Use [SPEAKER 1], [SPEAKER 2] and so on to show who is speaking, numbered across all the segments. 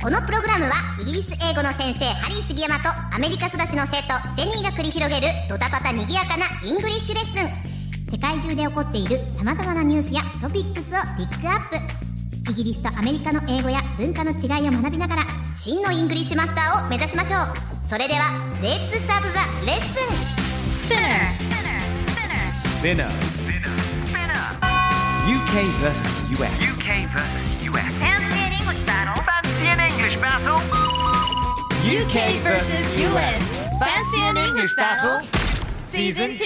[SPEAKER 1] このプログラムはイギリス英語の先生ハリー杉山とアメリカ育ちの生徒ジェニーが繰り広げるドタパタにぎやかなイングリッシュレッスン世界中で起こっている様々なニュースやトピックスをピックアップイギリスとアメリカの英語や文化の違いを学びながら真のイングリッシュマスターを目指しましょうそれではレッツスタートザレッスン
[SPEAKER 2] Spinner. UK versus US.
[SPEAKER 3] UK versus US. Fancy an English battle. Fancy an English battle.
[SPEAKER 2] UK versus US. Fancy an English battle? Season 2.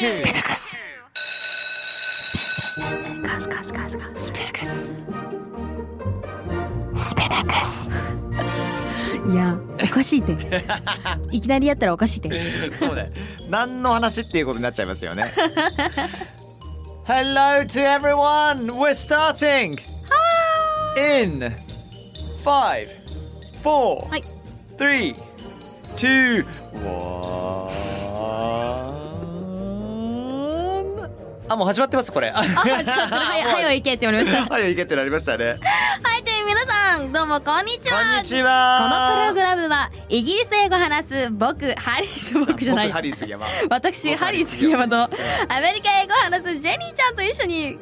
[SPEAKER 4] Spinnacus.
[SPEAKER 5] いやおかしいって いきなりやったらおかしいって
[SPEAKER 2] そうだよ。何の話っていうことになっちゃいますよね。Hello to everyone! We're starting! In 5, 4,
[SPEAKER 5] はい
[SPEAKER 2] 3, 2, 1. あ、もう始まってます、これ。あ、
[SPEAKER 5] あ始まったはいはいはい行けって言われました
[SPEAKER 2] はい、いけってなりましたね。
[SPEAKER 5] はいという皆さんどうもこんにち
[SPEAKER 2] こん
[SPEAKER 5] は
[SPEAKER 2] にち
[SPEAKER 5] こ
[SPEAKER 2] は。
[SPEAKER 5] のプログラムはイギリス英語話す僕ハリス僕じゃな
[SPEAKER 2] 僕ハリ
[SPEAKER 5] い
[SPEAKER 2] ー杉山。
[SPEAKER 5] 私
[SPEAKER 2] 僕
[SPEAKER 5] ハリー杉山とアメリカ英語を話すジェニーちゃんと一緒に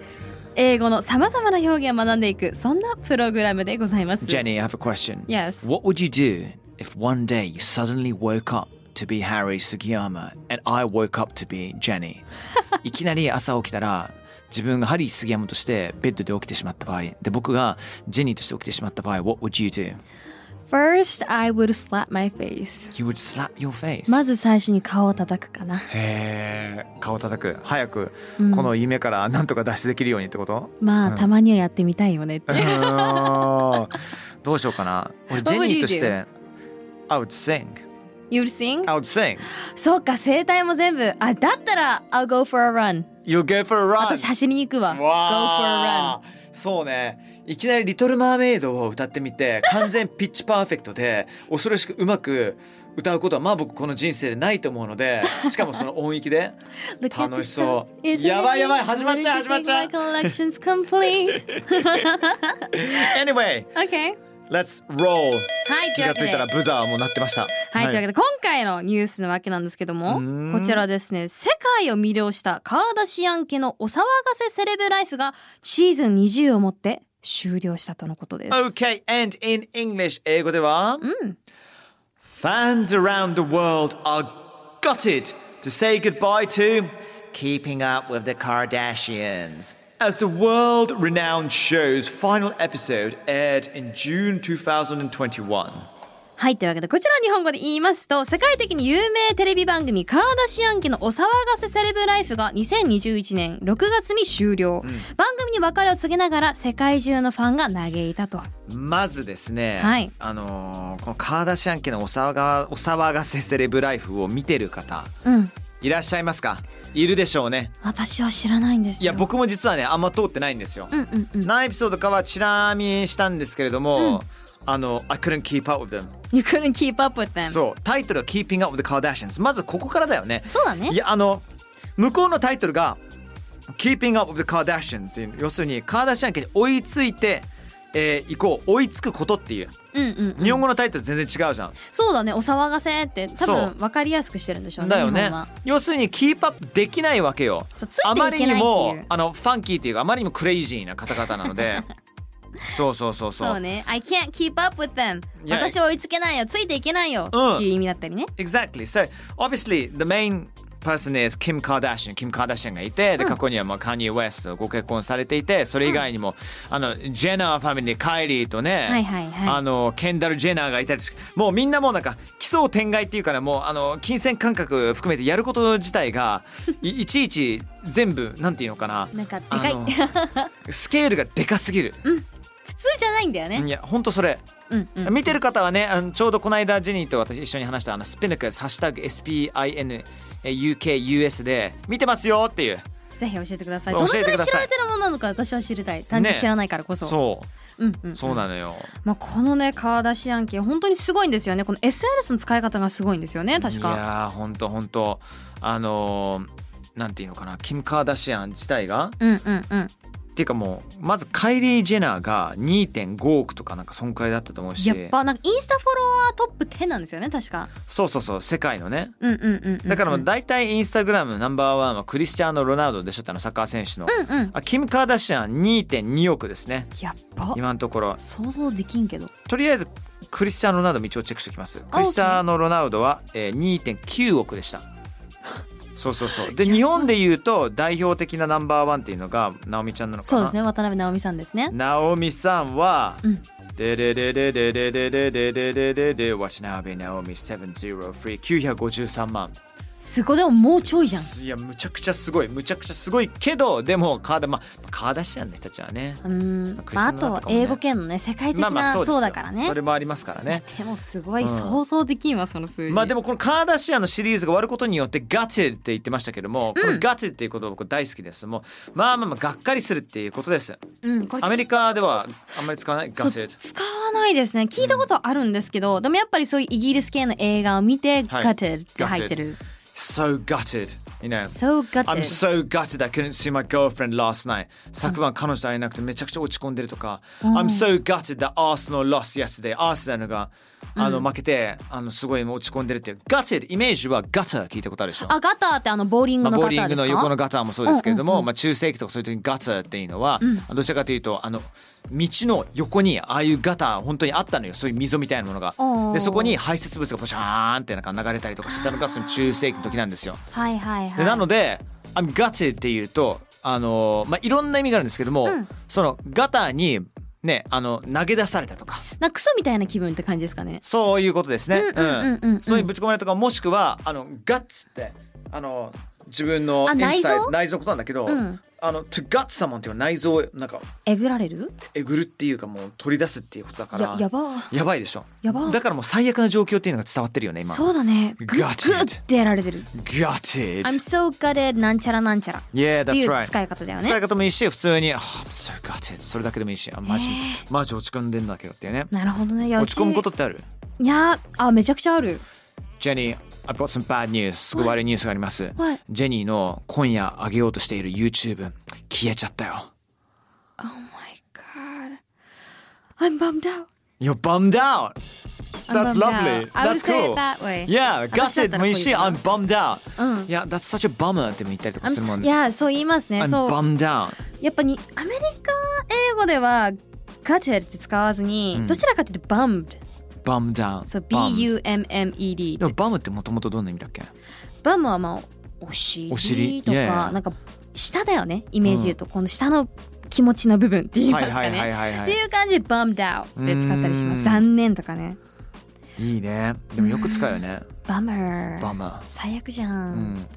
[SPEAKER 5] 英語のさまざまな表現を学んでいくそんなプログラムでございます
[SPEAKER 6] Jenny, I have a question.
[SPEAKER 5] Yes.
[SPEAKER 6] What would you do if one day you suddenly woke up to be Harry Sugiyama and I woke up to be Jenny? いきなり朝起きたら自分がハリー杉山としてベッドで起きてしまった場合で僕がジェニーとして起きてしまった場合 What would you do?
[SPEAKER 5] First I would slap my face
[SPEAKER 6] You would slap your face.
[SPEAKER 5] まず最初に顔を叩くかな
[SPEAKER 2] へえ顔叩く早く
[SPEAKER 5] うん
[SPEAKER 2] この夢からなんとか脱出できるようにっ て こと、
[SPEAKER 5] まあたまにはやってみたいよねって
[SPEAKER 2] うーんどうしようかな俺ジェ
[SPEAKER 5] What would
[SPEAKER 2] ニ
[SPEAKER 5] you
[SPEAKER 2] ーとして I would sing
[SPEAKER 5] You'll sing?
[SPEAKER 2] I would sing
[SPEAKER 5] そうか声帯も全部あだったら I'll go for a run
[SPEAKER 2] You go for a run
[SPEAKER 5] 私走りに行くわ Go for a
[SPEAKER 2] わあそうねいきなり「リトル・マーメイド」を歌ってみて完全ピッチパーフェクトで恐ろしくうまく歌うことはまあ僕この人生でないと思うのでしかもその音域 で
[SPEAKER 5] run Look at
[SPEAKER 2] 楽
[SPEAKER 5] the
[SPEAKER 2] しそう
[SPEAKER 5] sun is
[SPEAKER 2] やばいやばい
[SPEAKER 5] amazing.
[SPEAKER 2] 始まっちゃう
[SPEAKER 5] Where did
[SPEAKER 2] 始まっちゃう
[SPEAKER 5] you think My collection's complete
[SPEAKER 2] Anyway
[SPEAKER 5] OK
[SPEAKER 2] Let's roll
[SPEAKER 5] はいと
[SPEAKER 2] 気
[SPEAKER 5] いう
[SPEAKER 2] が
[SPEAKER 5] わ
[SPEAKER 2] つ
[SPEAKER 5] け
[SPEAKER 2] い
[SPEAKER 5] で
[SPEAKER 2] たらブザーも鳴ってました。
[SPEAKER 5] はい、というわけで今回のニュースのわけなんですけど
[SPEAKER 2] うー
[SPEAKER 5] も
[SPEAKER 2] ん
[SPEAKER 5] こちらですね世界を魅了したカーダシアン家のお騒がせセレブライフがシーズン20をもって終了したとのことです、
[SPEAKER 2] Okay, and in English 英語では、
[SPEAKER 5] ん
[SPEAKER 2] Fans around the world are gutted to say goodbye to Keeping Up with the Kardashians. As the world renowned show's final episode aired in June 2021.
[SPEAKER 5] はいというわけでこちら日本語で言いますと世界的に有名テレビ番組「カーダシアン家のお騒がせセレブライフ」が2021年6月に終了、番組に別れを告げながら世界中のファンが嘆いたと
[SPEAKER 2] まずですね、
[SPEAKER 5] はい
[SPEAKER 2] あのーこのカーダシアン家のお騒がお騒がせセレブライフを見てる方
[SPEAKER 5] うん
[SPEAKER 2] いらっしゃいますかいるでしょうね
[SPEAKER 5] 私は知らないんです
[SPEAKER 2] い
[SPEAKER 5] よ
[SPEAKER 2] や僕も実はねあんま通ってないんですよ、
[SPEAKER 5] うんうんうん
[SPEAKER 2] 何エピソードかはちなみにしたんですけれども、あの I couldn't keep up with them
[SPEAKER 5] You couldn't keep up with them そう
[SPEAKER 2] そうタイトルは Keeping Up with the Kardashians まずここからだよね
[SPEAKER 5] だね
[SPEAKER 2] いやあの向こうのタイトルが Keeping Up with the Kardashians っていう要するにカーダシアン家に追いついてえー、行こう追いつくことっていう
[SPEAKER 5] うんうん、
[SPEAKER 2] 日本語のタイトル全然違うじゃん、
[SPEAKER 5] そうだねお騒がせって
[SPEAKER 2] そ
[SPEAKER 5] 多分分かりやすくしてるんでしょうね
[SPEAKER 2] だよ
[SPEAKER 5] 日
[SPEAKER 2] ね
[SPEAKER 5] 本は
[SPEAKER 2] 要するにキープアップできないわけよ
[SPEAKER 5] そうつい
[SPEAKER 2] あ
[SPEAKER 5] て
[SPEAKER 2] ま
[SPEAKER 5] い
[SPEAKER 2] り
[SPEAKER 5] け
[SPEAKER 2] に
[SPEAKER 5] ないって
[SPEAKER 2] も
[SPEAKER 5] いう
[SPEAKER 2] あのファンキーっていうかあまりにもクレイジーな方々なの でそうそうそうそう
[SPEAKER 5] そうね I can't keep up with them
[SPEAKER 2] いや
[SPEAKER 5] 私を追いつけないよついていけないよ、
[SPEAKER 2] うん
[SPEAKER 5] っていう意味だったりね
[SPEAKER 2] Exactly. So obviously the main person is Kim Kardashian. Kim Kardashian がいて、で過去にはまあ Kanye West とご結婚されていて、それ以外にも、あのジェナーファミリー、カイリーとね、
[SPEAKER 5] はいはいはい
[SPEAKER 2] あのケンダルジェナーがいたりし、もうみんなもうなんか奇想天外っていうからもうあの金銭感覚含めてやること自体 がいいちいち全部なんていうのかな、
[SPEAKER 5] なんかで
[SPEAKER 2] あ
[SPEAKER 5] かい
[SPEAKER 2] のスケールがでかすぎる。
[SPEAKER 5] 普通じゃないんだよね
[SPEAKER 2] いや本当それ。
[SPEAKER 5] うんうん
[SPEAKER 2] 見てる方はねあのちょうどこの間ジェニーと私一緒に話したあのスピナクス「ハッシュタグ #SPINUKUS」で見てますよっていう
[SPEAKER 5] ぜひ教えてください。ど
[SPEAKER 2] 教
[SPEAKER 5] の
[SPEAKER 2] え
[SPEAKER 5] く
[SPEAKER 2] て
[SPEAKER 5] ら
[SPEAKER 2] く
[SPEAKER 5] い
[SPEAKER 2] ださい
[SPEAKER 5] 知られてるものなのか私は知りたい。単純に知らないからこそ。。
[SPEAKER 2] そう
[SPEAKER 5] んうん、
[SPEAKER 2] うそうなのよ、
[SPEAKER 5] まあこのねカーダシアン系本当にすごいんですよね。この SNS の使い方がすごいんですよね。確
[SPEAKER 2] い
[SPEAKER 5] か。
[SPEAKER 2] やーほんとほんとあのーなんていうのかなキム・カーダシアン自体が
[SPEAKER 5] うんうんうん。
[SPEAKER 2] っていうかもうまずカイリー・ジェナーが2.5億とかなんかそんくらいだったと思うし
[SPEAKER 5] やっぱなんかインスタフォロワートップ10なんですよね。確か。
[SPEAKER 2] そうそうそう世界のね
[SPEAKER 5] うんうんうんうん、
[SPEAKER 2] だからもう
[SPEAKER 5] う
[SPEAKER 2] 大体インスタグラムナンバーワンはクリスチャーノ・ロナウドでしょってあのサッカー選手の、
[SPEAKER 5] んうん。
[SPEAKER 2] あキム・カーダシアン2.2億ですね
[SPEAKER 5] やっぱ
[SPEAKER 2] 今のところ
[SPEAKER 5] 想像できんけど。
[SPEAKER 2] とりあえずクリスチャーノ・ロナウドも一応チェックしておきますクリスチャーノ・ロナウドは、えー、2.9億でしたそうそうそうで日本で言うと代表的なナンバーワンっていうのがナオミちゃんなのかな
[SPEAKER 5] そうですね渡辺直美さんですね。
[SPEAKER 2] ナオミさんは
[SPEAKER 5] うん、
[SPEAKER 2] ででででででででででででで、わしなべなおみ703、953万。
[SPEAKER 5] すごいでももうちょいじゃん。
[SPEAKER 2] いや、むちゃくちゃすごい、むちゃくちゃすごいけど、でも、カーダ、まあ、カーダシアンの人たちはね。
[SPEAKER 5] うん
[SPEAKER 2] クリス
[SPEAKER 5] まあ、
[SPEAKER 2] マ
[SPEAKER 5] あ
[SPEAKER 2] スとかもね
[SPEAKER 5] とは英語圏のね世界的
[SPEAKER 2] まあまあ、
[SPEAKER 5] な
[SPEAKER 2] そうですよ
[SPEAKER 5] そうだからね
[SPEAKER 2] それもありますからね。
[SPEAKER 5] でもすごい
[SPEAKER 2] うん
[SPEAKER 5] 想像できんわ、その数字
[SPEAKER 2] まあでもこのカーダシアンのシリーズが終わることによってガチって言ってましたけども、このガチっていうこと僕大好きです。もうまあまあまあがっかりするっていうことです。
[SPEAKER 5] うん、これ
[SPEAKER 2] アメリカではあんまり使わないガ
[SPEAKER 5] そう
[SPEAKER 2] チ。
[SPEAKER 5] 使わないですね聞いたことはあるんですけど、でもやっぱりそういうイギリス系の映画を見て「
[SPEAKER 2] はい
[SPEAKER 5] gutted」って入ってる
[SPEAKER 2] So gutted, you know.
[SPEAKER 5] 「so
[SPEAKER 2] I'm
[SPEAKER 5] gutted
[SPEAKER 2] so gutted I couldn't see my girlfriend last night. 昨晩彼女と会えなくてめちゃくちゃ落ち込んでるとか。I'm so gutted that Arsenal lost yesterday. アーセナルがあの負けてあのすごい落ち込んでるっていう。Gutted イメージはガター聞いたことあるでし」ょ。
[SPEAKER 5] あガターってあのボーリン
[SPEAKER 2] ま
[SPEAKER 5] グ
[SPEAKER 2] あ、ボ
[SPEAKER 5] のガ
[SPEAKER 2] ー
[SPEAKER 5] タ
[SPEAKER 2] リ
[SPEAKER 5] ー
[SPEAKER 2] ン
[SPEAKER 5] で
[SPEAKER 2] グ
[SPEAKER 5] すか、
[SPEAKER 2] の横のガターもそうですけれども、
[SPEAKER 5] うんうんうん
[SPEAKER 2] まあ、中世紀とかそういう時にガターっていうのは、どちらかというとあの道の横にああいうガター本当にあったのよそういう溝みたいなものが
[SPEAKER 5] おー
[SPEAKER 2] でそこに排泄物がポシャーンってなんか流れたりとかしてたのがその中世紀の時なんですよ。
[SPEAKER 5] はいはいは
[SPEAKER 2] で
[SPEAKER 5] い
[SPEAKER 2] なので「I'm gutted」っていうとあのー、まあ、いろんな意味があるんですけども、
[SPEAKER 5] うん
[SPEAKER 2] そのガターにねあの投げ出されたとか
[SPEAKER 5] なんかクソみたいな気分って感じですかね
[SPEAKER 2] そういうことですね。
[SPEAKER 5] うんうんうんうんうん
[SPEAKER 2] そういうぶち込まれたとかもしくはあのガッツってあの自分の
[SPEAKER 5] あ
[SPEAKER 2] エンサイズ
[SPEAKER 5] 内臓
[SPEAKER 2] 内臓のことなんだけど、
[SPEAKER 5] うん
[SPEAKER 2] あの to gut someone っていうのは内臓をなんか
[SPEAKER 5] えぐられる
[SPEAKER 2] えぐるっていうかもう取り出すっていうことだから
[SPEAKER 5] ややばー
[SPEAKER 2] やばいでしょ。
[SPEAKER 5] やば
[SPEAKER 2] だからもう最悪な状況っていうのが伝わってるよね今。
[SPEAKER 5] そうだねグッグ
[SPEAKER 2] Gutted
[SPEAKER 5] ッってやられてる
[SPEAKER 2] Gutted.
[SPEAKER 5] I'm so gutted なんちゃらなんちゃらっ
[SPEAKER 2] Yeah,
[SPEAKER 5] てい
[SPEAKER 2] that's
[SPEAKER 5] う
[SPEAKER 2] right.
[SPEAKER 5] 使い方だよ
[SPEAKER 2] 使い
[SPEAKER 5] ね
[SPEAKER 2] 方もいいし普通に「Oh, I'm so gutted」それだけでもいいしあマジ、マジ落ち込んでんだけどっていうね
[SPEAKER 5] なるほどねいやう
[SPEAKER 2] 落
[SPEAKER 5] ち
[SPEAKER 2] ち込むことってある
[SPEAKER 5] いやあめちゃくちゃある
[SPEAKER 2] ジェニー I've got some bad news すごい悪いニュースがあります
[SPEAKER 5] What?
[SPEAKER 2] ジェニーの今夜上げようとしている YouTube 消えちゃったよ
[SPEAKER 5] Oh my god I'm bummed out
[SPEAKER 2] You're bummed out! That's
[SPEAKER 5] I'm bummed
[SPEAKER 2] lovely!
[SPEAKER 5] out. I would
[SPEAKER 2] That's
[SPEAKER 5] say it
[SPEAKER 2] cool!
[SPEAKER 5] that way.
[SPEAKER 2] Yeah,
[SPEAKER 5] 私だった
[SPEAKER 2] gutted
[SPEAKER 5] ら
[SPEAKER 2] もいいし I'm
[SPEAKER 5] こ
[SPEAKER 2] bummed out!
[SPEAKER 5] ういうのうん。
[SPEAKER 2] いや、that's such a bummer っても言ったりとか
[SPEAKER 5] I'm
[SPEAKER 2] するも
[SPEAKER 5] so-
[SPEAKER 2] ん
[SPEAKER 5] いやそう言いますね。
[SPEAKER 2] I'm
[SPEAKER 5] そう
[SPEAKER 2] bummed out!
[SPEAKER 5] やっぱにアメリカ英語では gutted って使わずに、
[SPEAKER 2] うん
[SPEAKER 5] どちらかというと bummed
[SPEAKER 2] bummed out!
[SPEAKER 5] そう
[SPEAKER 2] Bummed
[SPEAKER 5] B-U-M-M-E-D
[SPEAKER 2] でも bum ってもともとどんな意味だっけ
[SPEAKER 5] bum はまあお尻
[SPEAKER 2] お尻
[SPEAKER 5] とか
[SPEAKER 2] Yeah, yeah.
[SPEAKER 5] なんか下だよねイメージで言うと、この下の気持ちの部分って言いますかね、
[SPEAKER 2] はいは
[SPEAKER 5] っていう感じで bummed out って使ったりしま
[SPEAKER 2] うー
[SPEAKER 5] す
[SPEAKER 2] ん
[SPEAKER 5] 残念とかね
[SPEAKER 2] いいねでもよく使うよね
[SPEAKER 5] bummer
[SPEAKER 2] bummer
[SPEAKER 5] 最悪じゃ、
[SPEAKER 2] うんん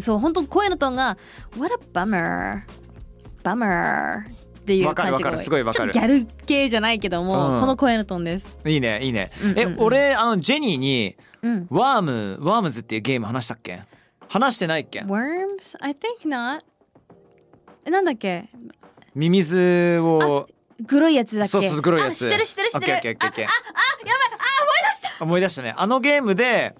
[SPEAKER 5] そう本当声のトーンが「What a bummer」「bummer」っていう感じ
[SPEAKER 2] わかるわか
[SPEAKER 5] が
[SPEAKER 2] る
[SPEAKER 5] 多い
[SPEAKER 2] すごいわかる
[SPEAKER 5] ちょっとギャル系じゃないけども、
[SPEAKER 2] うん
[SPEAKER 5] この声のトーンです。
[SPEAKER 2] いいねいいね、
[SPEAKER 5] うんうんうん
[SPEAKER 2] え俺あのジェニーに
[SPEAKER 5] うん。
[SPEAKER 2] ワームワームズっていうゲーム話したっけ話してないっけ
[SPEAKER 5] Worms? I think not. えなんだっけ
[SPEAKER 2] ミミズを
[SPEAKER 5] 黒いやつだっけ
[SPEAKER 2] そうそう黒いやつ
[SPEAKER 5] あ知ってる知ってる知ってる。
[SPEAKER 2] オッケーオッケーオッケー
[SPEAKER 5] ああやばい
[SPEAKER 2] 思い出したねあのゲームで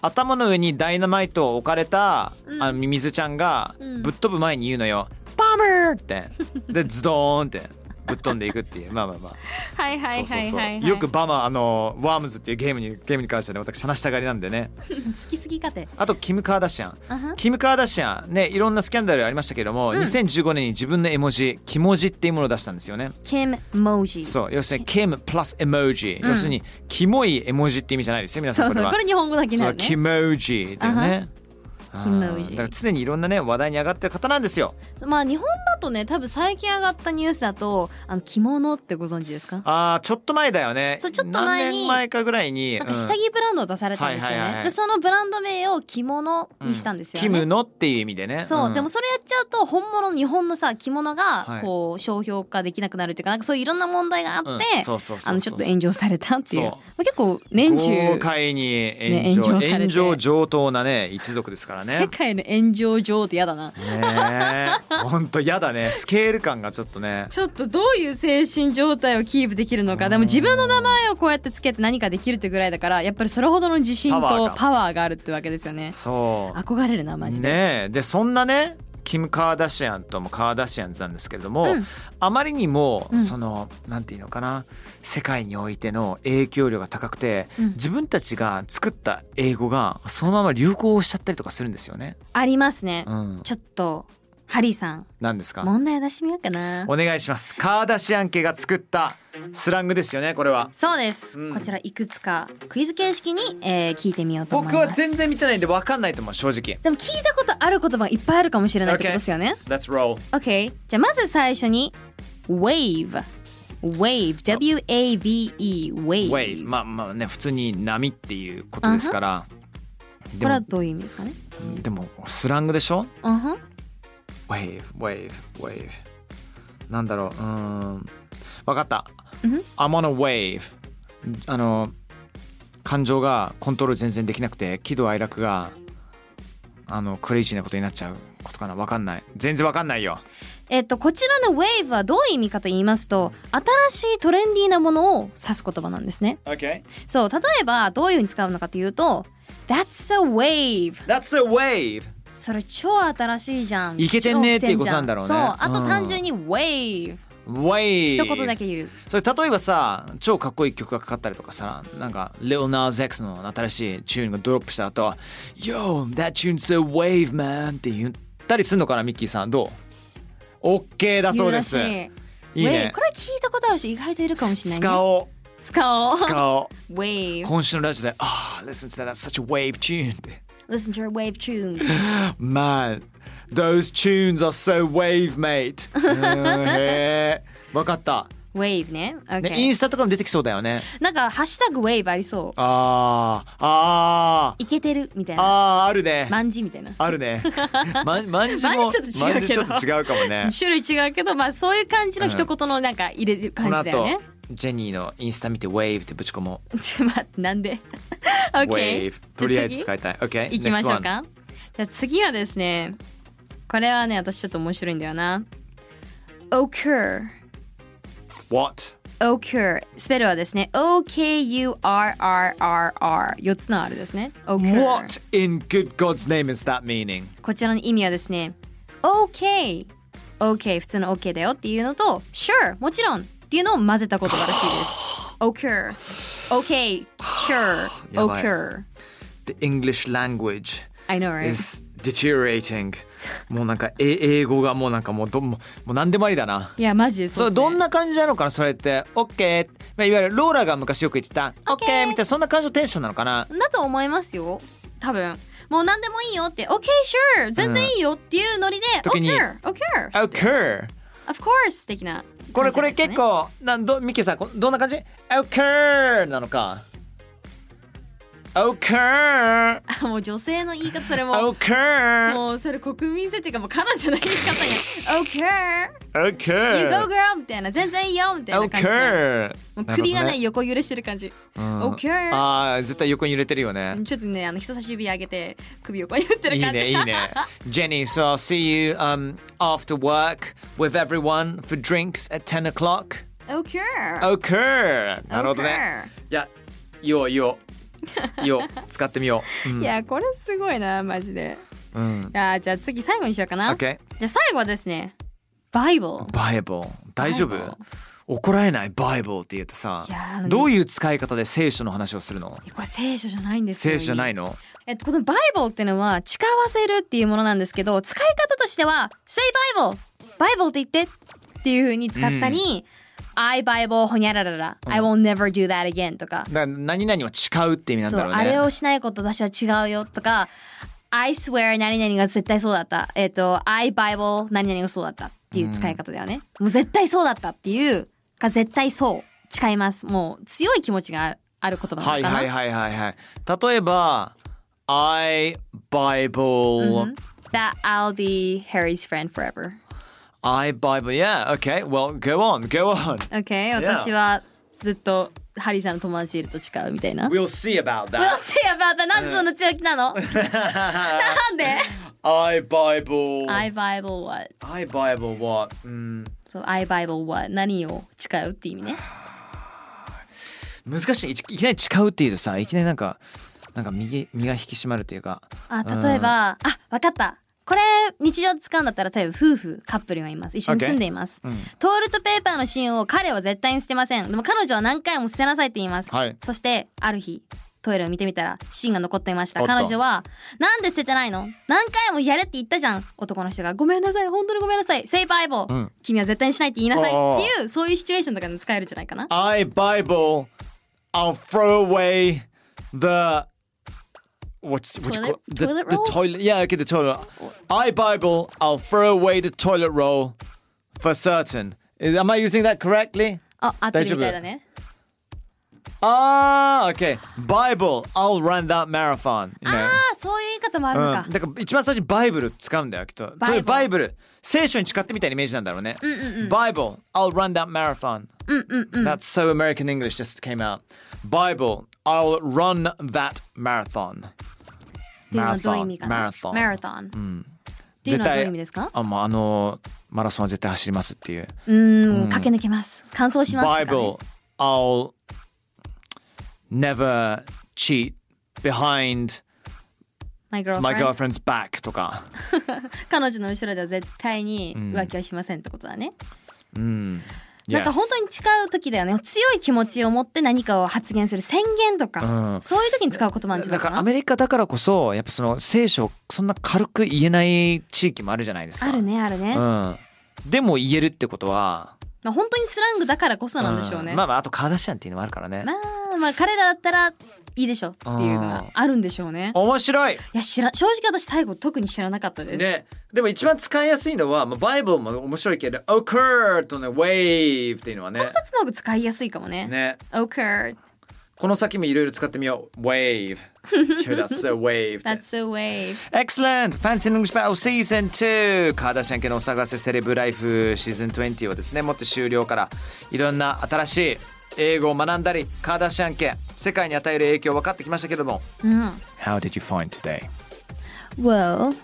[SPEAKER 2] 頭の上にダイナマイトを置かれた、
[SPEAKER 5] うん
[SPEAKER 2] あのミミズちゃんが
[SPEAKER 5] うん
[SPEAKER 2] ぶっ飛ぶ前に言うのよ「バームー!」ってでズドーンってぶっ飛んでいくっていうまあまあまあ
[SPEAKER 5] あ はいはいはいはい、はい、
[SPEAKER 2] よくバマあのワームズっていうゲームにゲームに関してはね私話したがりなんでね
[SPEAKER 5] 好きすぎかて。
[SPEAKER 2] あとキム・カーダシアン
[SPEAKER 5] あは
[SPEAKER 2] キム・カーダシアンねいろんなスキャンダルありましたけども、2015年に自分の絵文字「キモジ」っていうものを出したんですよね
[SPEAKER 5] Kim Moji。
[SPEAKER 2] そう要するに「キム」プラス「エモジ」
[SPEAKER 5] うん
[SPEAKER 2] 要するに「キモい絵文字」って意味じゃないですよ皆さ
[SPEAKER 5] そ
[SPEAKER 2] んこ
[SPEAKER 5] う
[SPEAKER 2] れ
[SPEAKER 5] そう
[SPEAKER 2] は
[SPEAKER 5] これ日本語だけな
[SPEAKER 2] そ
[SPEAKER 5] の
[SPEAKER 2] う
[SPEAKER 5] ね。
[SPEAKER 2] キモジ」だよね
[SPEAKER 5] あはキモジ
[SPEAKER 2] うんだから常にいろんなね話題に上がってる方なんですよ
[SPEAKER 5] まあ日本だとね多分最近上がったニュースだとあの着物ってご存知ですか
[SPEAKER 2] ああちょっと前だよね
[SPEAKER 5] そうちょっと前に
[SPEAKER 2] 何年前かぐらいに
[SPEAKER 5] なんか
[SPEAKER 2] うん
[SPEAKER 5] 下着ブランドを出されたんですよね、
[SPEAKER 2] はいはいはい
[SPEAKER 5] でそのブランド名を着物にしたんですよね、
[SPEAKER 2] キムのっていう意味でね
[SPEAKER 5] そう、
[SPEAKER 2] ん
[SPEAKER 5] でもそれやっちゃうと本物の日本のさ着物
[SPEAKER 2] は
[SPEAKER 5] が
[SPEAKER 2] い
[SPEAKER 5] こう商標化できなくなるっていうかなんかそういういろんな問題があって、
[SPEAKER 2] うんそうそうそうそう
[SPEAKER 5] あのちょっと炎上されたっていう
[SPEAKER 2] そう
[SPEAKER 5] まあ結構年
[SPEAKER 2] 豪
[SPEAKER 5] 中
[SPEAKER 2] 快に
[SPEAKER 5] ね
[SPEAKER 2] 炎上,、
[SPEAKER 5] 炎上されて
[SPEAKER 2] 炎上上等なね一族ですから
[SPEAKER 5] 世
[SPEAKER 2] ね
[SPEAKER 5] 界の炎上上ってやだな
[SPEAKER 2] ねえほんとやだねスケール感がちょっと ね
[SPEAKER 5] ちょっとどういう精神状態をキープできるのかでも自分の名前をこうやってつけて何かできるってぐらいだからやっぱりそれほどの自信と
[SPEAKER 2] パワーが
[SPEAKER 5] パワーがあるってわけですよね
[SPEAKER 2] そう
[SPEAKER 5] 憧れるなマジで、
[SPEAKER 2] ねえでそんなねキム・カーダシアンともカーダシアンズなんですけれども、
[SPEAKER 5] うん
[SPEAKER 2] あまりにも、
[SPEAKER 5] うん
[SPEAKER 2] そのなんていうのかな世界においての影響力が高くて、
[SPEAKER 5] うん
[SPEAKER 2] 自分たちが作った英語がそのまま流行しちゃったりとかするんですよね。
[SPEAKER 5] ありますね、
[SPEAKER 2] うん、
[SPEAKER 5] ちょっとハリーさん
[SPEAKER 2] なんですか
[SPEAKER 5] 問題出してみようかな
[SPEAKER 2] お願いしますカーダシアン家が作ったスラングですよねこれは。
[SPEAKER 5] そうです、
[SPEAKER 2] うん
[SPEAKER 5] こちらいくつかクイズ形式に、えー聞いてみようと思います
[SPEAKER 2] 僕は全然見てないんで分かんないと思う正直。
[SPEAKER 5] でも聞いたことある言葉がいっぱいあるかもしれないってことですよね
[SPEAKER 2] Let's roll
[SPEAKER 5] OK じゃあまず最初に Wave Wave W-A-V-E Wave,
[SPEAKER 2] wave まあまあね普通に波っていうことですから。
[SPEAKER 5] こ
[SPEAKER 2] で
[SPEAKER 5] れ
[SPEAKER 2] も
[SPEAKER 5] はどういう意味ですかね
[SPEAKER 2] でもスラングでしょ
[SPEAKER 5] うんふん
[SPEAKER 2] Wave, wave, wave. なんだろう。うーん。わかった。
[SPEAKER 5] うん
[SPEAKER 2] I'm on a wave. あの、感情がコントロール全然できなくて、喜怒哀楽が、あの、クレイジーなことになっちゃうことかな。わかんない。全然わかんないよ。
[SPEAKER 5] えっと、こちらの Wave はどういう意味かと言いますと新しいトレンディーなものを指す言葉なんですね
[SPEAKER 2] Okay.
[SPEAKER 5] そう例えばどういうふうに使うのかというと That's a wave
[SPEAKER 2] That's a wave.
[SPEAKER 5] それ超新しいじゃん
[SPEAKER 2] イケてんねーっていうこと
[SPEAKER 5] 超来じゃ
[SPEAKER 2] なんだろうね
[SPEAKER 5] そうあと
[SPEAKER 2] うん
[SPEAKER 5] 単純に Wave
[SPEAKER 2] Wave.
[SPEAKER 5] 一言だけ言う
[SPEAKER 2] それ例えばさ超かっこいい曲がかかったりとかさなんか Lil Nas X の新しいチューンがドロップした後 Yo, that tune's a wave man って言ったりするのかなミッキーさんどう ?OK だそうです
[SPEAKER 5] 言うらしい
[SPEAKER 2] いいね
[SPEAKER 5] Wave これ聞いたことあるし意外といるかもしれない、ね、
[SPEAKER 2] 使おう
[SPEAKER 5] 使おう
[SPEAKER 2] 使おう
[SPEAKER 5] Wave
[SPEAKER 2] 今週のラジオで「あ、h listen to that that's such a wave tune」って
[SPEAKER 5] Listen to your wave tunes
[SPEAKER 2] Man those tunes are so wave mate うんへーわかった
[SPEAKER 5] Wave ね OK
[SPEAKER 2] ねインスタとかも出てきそうだよね
[SPEAKER 5] なんかハッシュタグ Wave ありそう
[SPEAKER 2] あーあー
[SPEAKER 5] イケてるみたいな
[SPEAKER 2] あーあるね
[SPEAKER 5] 万字みたいな
[SPEAKER 2] ある ね。ま、まんじ
[SPEAKER 5] まん
[SPEAKER 2] も。
[SPEAKER 5] じちょっと違うけど。
[SPEAKER 2] まんじちょっと違うかもね
[SPEAKER 5] 種類違うけどまあそういう感じの一言のなんか入れる
[SPEAKER 2] この
[SPEAKER 5] 感じだ
[SPEAKER 2] 後
[SPEAKER 5] よね、
[SPEAKER 2] ジェニーのインスタ見て、ウェーブってぶち込もう。
[SPEAKER 5] ちょっと待ってなん で OK
[SPEAKER 2] ウェーブ。とりあえず使いたい。OK。
[SPEAKER 5] いきましょう。かじゃあ次はですねこれはね私ちょっと面白いんだよな occur
[SPEAKER 2] What?
[SPEAKER 5] occur スペルはですね OKURRRR4 つの R ですね occur
[SPEAKER 2] What in good God's name is that meaning?
[SPEAKER 5] こちらの意味はですね OK OK 普通の OK だよっていうのと Sure もちろんっていうのを混ぜた言葉らしいです occur OK Sure
[SPEAKER 2] やばい
[SPEAKER 5] occur
[SPEAKER 2] The English language
[SPEAKER 5] I know right
[SPEAKER 2] is deteriorating. もうなんか、え英語がもうなんかもうど、もうもう何でもありだな。
[SPEAKER 5] いやマジでそ
[SPEAKER 2] そうう
[SPEAKER 5] です
[SPEAKER 2] ど
[SPEAKER 5] ね
[SPEAKER 2] んな感じなのかなそれってオッケーまあいわゆるローラが昔よく言ってたオッケーみたいなそんな感じのテンションなのかな
[SPEAKER 5] だと思いますよ多分もう何でもいいよって OK sure 全然いいよっていうノリで、
[SPEAKER 2] 時に
[SPEAKER 5] OK OK
[SPEAKER 2] オッケー
[SPEAKER 5] of course 的な
[SPEAKER 2] これこ
[SPEAKER 5] 感
[SPEAKER 2] れ
[SPEAKER 5] じな
[SPEAKER 2] 結
[SPEAKER 5] んですね
[SPEAKER 2] 構なんどミッキーさんこどんな感じ ?OK なのか ?OK!
[SPEAKER 5] あもう女性の言い方そ れも
[SPEAKER 2] OK!
[SPEAKER 5] もうそれ国民性っていうかもう彼女の言 い方に OK You go
[SPEAKER 2] OK!
[SPEAKER 5] girl みたいな全然いいよみたいな感じじゃん
[SPEAKER 2] OK!
[SPEAKER 5] もう首がね
[SPEAKER 2] い。
[SPEAKER 5] 横揺れしてる感じ
[SPEAKER 2] うん
[SPEAKER 5] OK
[SPEAKER 2] ああ、絶対横に揺れてるよ ね。
[SPEAKER 5] ちょっとねあの人差し指上げて首横に揺って
[SPEAKER 2] い
[SPEAKER 5] る
[SPEAKER 2] い
[SPEAKER 5] 感じ
[SPEAKER 2] ね、いいね。Jenny, so I'll see you um, after work with everyone for drinks at 10 o'clock.
[SPEAKER 5] OK
[SPEAKER 2] OK! なるほどね。いや、言おう言おう。言おう。使ってみよう。
[SPEAKER 5] いやこれすごいなマジで
[SPEAKER 2] うん。
[SPEAKER 5] あーじゃあ次最後にしようかな
[SPEAKER 2] OK。
[SPEAKER 5] じゃあ最後はですね Bible
[SPEAKER 2] バイブル大丈夫
[SPEAKER 5] バイブル
[SPEAKER 2] 怒られないバイブルって言うとさ
[SPEAKER 5] いやーあの
[SPEAKER 2] どういう使い方で聖書の話をするの
[SPEAKER 5] これ聖書じゃないんですよ
[SPEAKER 2] 聖書じゃない
[SPEAKER 5] の、
[SPEAKER 2] の
[SPEAKER 5] えっと、このバイボルっていうのは誓わせるっていうものなんですけど使い方としては「Say Bible」「バイボルって言って」っていうふうに使ったり「I Bible ほにゃららら」I will never do that again」と
[SPEAKER 2] だ
[SPEAKER 5] か
[SPEAKER 2] から何々は誓うって意味なん
[SPEAKER 5] そう
[SPEAKER 2] だろうね
[SPEAKER 5] あれをしないこと私は違うよとか I swear 何々が絶対そうだったえっ、と I Bible 何々がそうだったっていう使い方だよね、もう絶対そうだったっていうか絶対そう誓いますもう強い気持ちがあるある言葉なのかな、
[SPEAKER 2] はいはいはいはいはい。例えば、I Bible、
[SPEAKER 5] That I'll be Harry's friend forever
[SPEAKER 2] I Bible, yeah, okay, well, go on, go on.
[SPEAKER 5] OK 私はずっとハリーさんの友達いると誓うみたいな
[SPEAKER 7] We'll see about
[SPEAKER 5] We'll
[SPEAKER 7] that.
[SPEAKER 5] see about that なんでそんな強気 なのなんで
[SPEAKER 7] I Bible.
[SPEAKER 5] I Bible what
[SPEAKER 7] I Bible what? Mm.
[SPEAKER 5] So I Bible what 何を誓うって意味ね
[SPEAKER 2] 難しい。いきいきなり誓うっていうとさ、いきなりなんか、なんか身身が引き締まるというか。
[SPEAKER 5] あ例えば、あわかったこれ日常で使うんだったら例えば夫婦カップルがいます一緒に
[SPEAKER 2] Okay
[SPEAKER 5] 住んでいます、トールとペーパーの芯を彼は絶対に捨てませんでも彼女は何回も捨てなさいって言います、
[SPEAKER 2] はい
[SPEAKER 5] そしてある日トイレを見てみたら芯が残っていました
[SPEAKER 2] おっと
[SPEAKER 5] 彼女は「なんで捨ててないの何回もやれって言ったじゃん」男の人が「ごめんなさい本当にごめんなさいセイバイボー、
[SPEAKER 2] ん
[SPEAKER 5] 君は絶対にしないって言いなさい」っ
[SPEAKER 2] おー
[SPEAKER 5] ていうそういうシチュエーションとかにも使えるんじゃないかな
[SPEAKER 2] I Bible, I'll throw away the what's what you
[SPEAKER 5] Toilet-
[SPEAKER 2] call the,
[SPEAKER 5] toilet
[SPEAKER 2] the
[SPEAKER 5] rolls?
[SPEAKER 2] toilet. Yeah, okay, the toilet. I Bible, I'll throw away the toilet roll for certain. Is- Am I using that correctly?
[SPEAKER 5] あ合ってるみたいだね
[SPEAKER 2] Ah, okay. Bible, I'll run that marathon. You
[SPEAKER 5] あ
[SPEAKER 2] know.
[SPEAKER 5] あそういう言い方もあるのか
[SPEAKER 2] うん、だから一番最初にバイブル使うんだよきっと
[SPEAKER 5] バイブル
[SPEAKER 2] バイブル聖書に誓ってみたいなイメージなんだろうね、バイブル I'll run that marathon、That's so American English just came out バイブル I'll run that marathon
[SPEAKER 5] っていうのはどういう意味かな
[SPEAKER 2] マラソン
[SPEAKER 5] マラソンっていうのはどういう意味ですか
[SPEAKER 2] あもうあのマラソンは絶対走りますっていう
[SPEAKER 5] うーん駆け抜けます完走しますと
[SPEAKER 2] バイ
[SPEAKER 5] かね
[SPEAKER 2] ブル I'll never cheat behind
[SPEAKER 5] My girlfriend
[SPEAKER 2] my girlfriend's back とか
[SPEAKER 5] 彼女の後ろでは絶対に浮気はしませんってことだね、
[SPEAKER 2] Yes
[SPEAKER 5] なんか本当に誓う時だよね強い気持ちを持って何かを発言する宣言とか、
[SPEAKER 2] うん
[SPEAKER 5] そういう時に使う言葉なんじゃな
[SPEAKER 2] だ
[SPEAKER 5] いか
[SPEAKER 2] か
[SPEAKER 5] な
[SPEAKER 2] らアメリカだからこそやっぱその聖書をそんな軽く言えない地域もあるじゃないですか。
[SPEAKER 5] あるねあるね、
[SPEAKER 2] う
[SPEAKER 5] ま
[SPEAKER 2] ん、でも言えるってことは
[SPEAKER 5] あ本当にスラングだからこそなんでしょうね、
[SPEAKER 2] んまあまああとカーダシアンっていうのもあるからね。
[SPEAKER 5] まあまあ彼らだったらいいでしょっていうのがあるんでしょうね
[SPEAKER 2] 面白い
[SPEAKER 5] いや知ら正直私タイ語特に知らなかったです、
[SPEAKER 2] ね、でも一番使いやすいのは、まあ、バイブルも面白いけど「occur」とね「wave」っていうのはね
[SPEAKER 5] 一つの方が使いやすいかもね
[SPEAKER 2] ね
[SPEAKER 5] Okay
[SPEAKER 2] この先もいろいろ使ってみよう「wave」Sure, that's so wave って
[SPEAKER 5] that's a wave
[SPEAKER 2] Excellent! Fancy English Battle Season 2! カーダシャン家のお探せセレブライフシーズン20はですね、もっと終了からいろんな新しい英語を学んだり、カーダシャン家、世界に与える影響を分かってきましたけれども。How did you find today?
[SPEAKER 8] Well,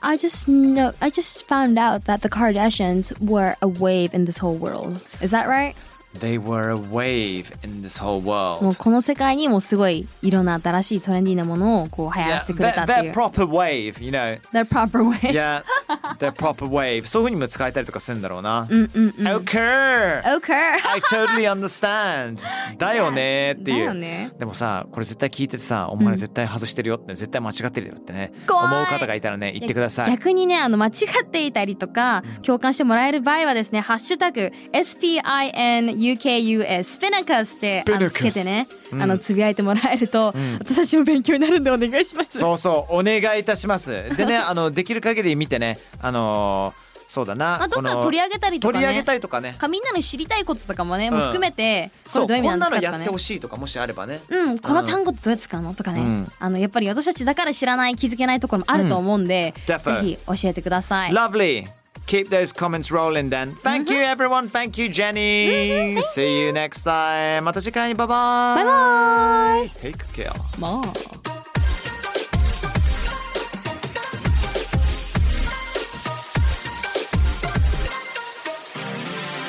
[SPEAKER 8] I just know I just found out that the Kardashians were a wave in this whole world. Is that right?
[SPEAKER 2] They were a wave in this whole
[SPEAKER 5] もう
[SPEAKER 2] world.
[SPEAKER 5] この世界にもすごいいろんな新しいトレンディーなものをこう流行
[SPEAKER 2] Yeah,
[SPEAKER 5] らせてくれた
[SPEAKER 2] they're,
[SPEAKER 5] ってい
[SPEAKER 2] they're
[SPEAKER 5] う。
[SPEAKER 2] proper wave, you know.
[SPEAKER 8] The proper way.
[SPEAKER 2] Yeah, they're proper wave. そういうふうにも使えたりとかするんだろうな。Okay!
[SPEAKER 5] Okay.
[SPEAKER 2] I totally understand. だよねーっていう。
[SPEAKER 5] だよね
[SPEAKER 2] でもさ、これ絶対聞いててさ、お前絶対外してるよって、絶対間違ってるよってね、思
[SPEAKER 5] 怖いう
[SPEAKER 2] 方がいたらね、言ってください。
[SPEAKER 5] 逆にね、あの、間違っていたりとか、共感してもらえる場合はですね、ハッシュタグ、spinukus、スペナカスで、あ
[SPEAKER 2] Spinnacus
[SPEAKER 5] の、つけてね、あの、つぶやいてもらえると、私たちも勉強になるんでお願いします。
[SPEAKER 2] そうそう、お願いいたします。で ね、あの、できる限り見てね、あのー、そうだな。
[SPEAKER 5] まあ、どっか
[SPEAKER 2] この
[SPEAKER 5] 取り上げたりとか
[SPEAKER 2] 取
[SPEAKER 5] ね。
[SPEAKER 2] り上げたりとかね。
[SPEAKER 5] かみんなの知りたいこととかもね、もう含めて、こ
[SPEAKER 2] そ
[SPEAKER 5] れ
[SPEAKER 2] う、
[SPEAKER 5] どういう意
[SPEAKER 2] こ
[SPEAKER 5] 味
[SPEAKER 2] ん
[SPEAKER 5] な
[SPEAKER 2] なん
[SPEAKER 5] で
[SPEAKER 2] のや
[SPEAKER 5] すかとか
[SPEAKER 2] っ
[SPEAKER 5] ね
[SPEAKER 2] て。ほしいとか、もしあればね。
[SPEAKER 5] うん、この単語ってどうやって使うのとかね、
[SPEAKER 2] ん
[SPEAKER 5] あのやっぱり私たちだから知らない気づけないところもあると思うんで、ぜ
[SPEAKER 2] Defo
[SPEAKER 5] ひ教えてください。
[SPEAKER 2] Lovely. Keep those comments rolling then. Thank you everyone. Thank you, Jenny. See you next time. また次回にバイバイ。バイバイ。Take care.
[SPEAKER 5] もうはい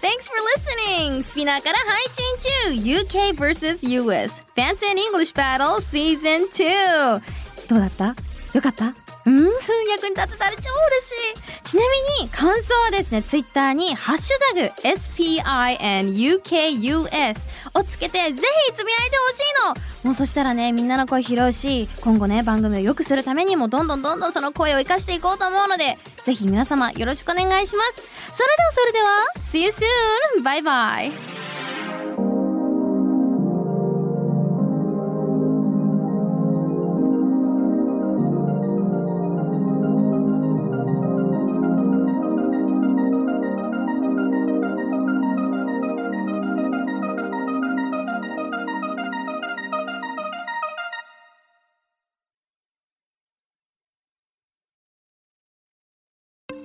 [SPEAKER 5] Thanks for listening! スピナーから配信中 UK vs.US Fancy and English Battle Season 2どうだったよかったうん役に立てたら超嬉しいちなみに感想はですねツイッターに「ハッシュタグ #SPINUKUS」をつけてぜひつぶやいてほしいのもうそしたらねみんなの声拾うし今後ね番組を良くするためにもどんどんどんどんその声を生かしていこうと思うのでぜひ皆様よろしくお願いしますそれではそれでは See you soon! バイバイ